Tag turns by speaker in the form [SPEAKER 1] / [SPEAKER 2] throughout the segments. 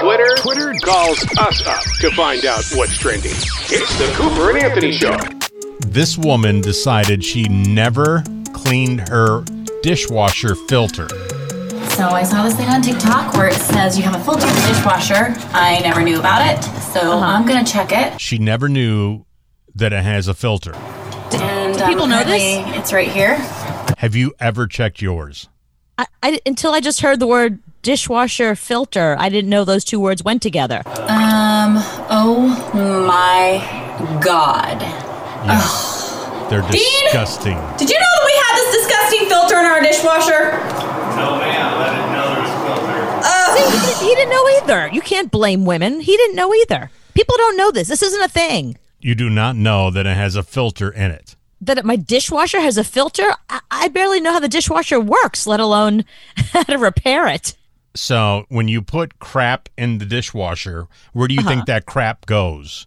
[SPEAKER 1] Twitter, Twitter calls us up to find out what's trending. It's the Cooper and Anthony Show.
[SPEAKER 2] This woman decided she never cleaned her dishwasher filter.
[SPEAKER 3] So I saw this thing on TikTok where it says you have a filter in the dishwasher. I never knew about it, so
[SPEAKER 4] Uh-huh.
[SPEAKER 3] I'm gonna check it.
[SPEAKER 2] She never knew that it has a filter.
[SPEAKER 3] And
[SPEAKER 4] Do people
[SPEAKER 3] um,
[SPEAKER 4] know
[SPEAKER 3] apparently It's right here.
[SPEAKER 2] Have you ever checked yours?
[SPEAKER 4] I, I, until I just heard the word dishwasher filter, I didn't know those two words went together.
[SPEAKER 3] Um. Oh my God.
[SPEAKER 2] They're disgusting.
[SPEAKER 3] Did you know that we had this disgusting filter in our dishwasher?
[SPEAKER 5] No, ma'am, I didn't know there was filter.
[SPEAKER 4] See, he, didn't, he didn't know either. You can't blame women. He didn't know either. People don't know this. This isn't a thing.
[SPEAKER 2] You do not know that it has a filter in it.
[SPEAKER 4] That my dishwasher has a filter. I, I barely know how the dishwasher works, let alone how to repair it.
[SPEAKER 2] So when you put crap in the dishwasher, where
[SPEAKER 4] Uh-huh.
[SPEAKER 2] do you think that crap goes?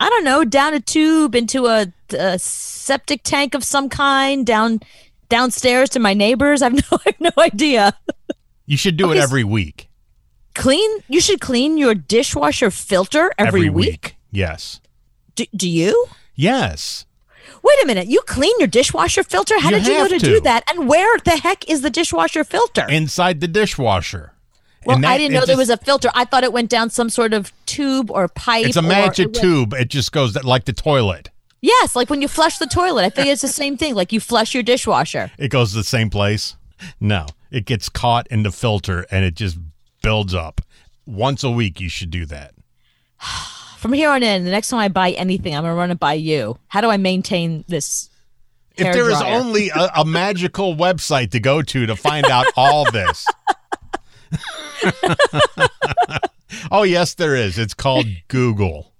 [SPEAKER 4] I don't know, down a tube into a, a septic tank of some kind, down downstairs to my neighbors. I've no, I have no idea.
[SPEAKER 2] You should do it
[SPEAKER 4] Okay, s-
[SPEAKER 2] every week.
[SPEAKER 4] Clean. You should clean your dishwasher filter every, week.
[SPEAKER 2] Yes.
[SPEAKER 4] Do, do you?
[SPEAKER 2] Yes.
[SPEAKER 4] Wait a minute. You clean your dishwasher filter? How
[SPEAKER 2] You
[SPEAKER 4] did you know
[SPEAKER 2] have
[SPEAKER 4] to,
[SPEAKER 2] to.
[SPEAKER 4] do that? And where the heck is the dishwasher filter?
[SPEAKER 2] Inside the dishwasher.
[SPEAKER 4] well,
[SPEAKER 2] And that-
[SPEAKER 4] I didn't know
[SPEAKER 2] it
[SPEAKER 4] there was
[SPEAKER 2] just-
[SPEAKER 4] a filter. I thought it went down some sort of tube or pipe.
[SPEAKER 2] It's a
[SPEAKER 4] or
[SPEAKER 2] magic
[SPEAKER 4] it went-
[SPEAKER 2] tube. It just goes that, like the toilet.
[SPEAKER 4] Yes, like when you flush the toilet. I think it's the same thing. Like you flush your dishwasher.
[SPEAKER 2] It goes to the same place. No, it gets caught in the filter and it just builds up. Once a week, you should do that.
[SPEAKER 4] From here on in, the next time I buy anything, I'm gonna run it by you. How do I maintain this?
[SPEAKER 2] If
[SPEAKER 4] hair
[SPEAKER 2] there is
[SPEAKER 4] dryer?
[SPEAKER 2] only a, a magical website to go to to find out all this. oh, yes, there is. It's called Google.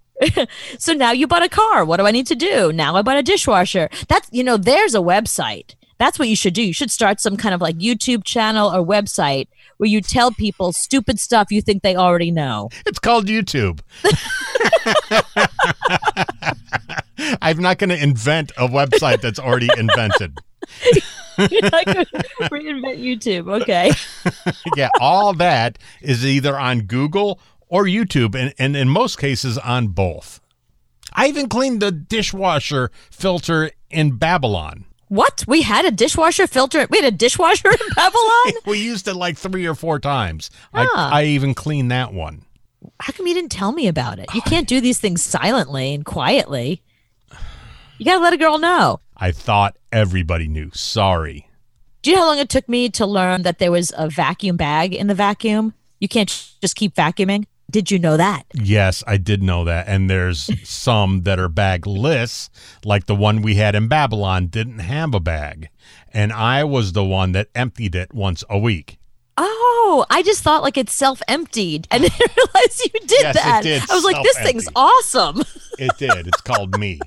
[SPEAKER 4] So now you bought a car. What do I need to do? Now I bought a dishwasher. That's, you know, there's a website. That's what you should do. You should start some kind of like YouTube channel or website where you tell people stupid stuff you think they already know.
[SPEAKER 2] It's called YouTube. I'm not going to invent a website that's already invented.
[SPEAKER 4] You're not gonna reinvent YouTube. Okay.
[SPEAKER 2] yeah, all that is either on Google or YouTube, and, and in most cases on both. I even cleaned the dishwasher filter in Babylon.
[SPEAKER 4] What? We had a dishwasher filter. We had a dishwasher in Babylon?
[SPEAKER 2] We used it like three or four times. I, I even cleaned that one.
[SPEAKER 4] How come you didn't tell me about it? You can't do these things silently and quietly. You got to let a girl know.
[SPEAKER 2] I thought everybody knew. Sorry.
[SPEAKER 4] Do you know how long it took me to learn that there was a vacuum bag in the vacuum? You can't just keep vacuuming. Did you know that?
[SPEAKER 2] Yes, I did know that. And there's some that are bagless, like the one we had in Babylon didn't have a bag. And I was the one that emptied it once a week.
[SPEAKER 4] Oh, I just thought like it's self emptied and I didn't realize you did
[SPEAKER 2] Yes, it
[SPEAKER 4] that.
[SPEAKER 2] did
[SPEAKER 4] I was like, this thing's
[SPEAKER 2] self-empty.
[SPEAKER 4] awesome.
[SPEAKER 2] It did. It's called me.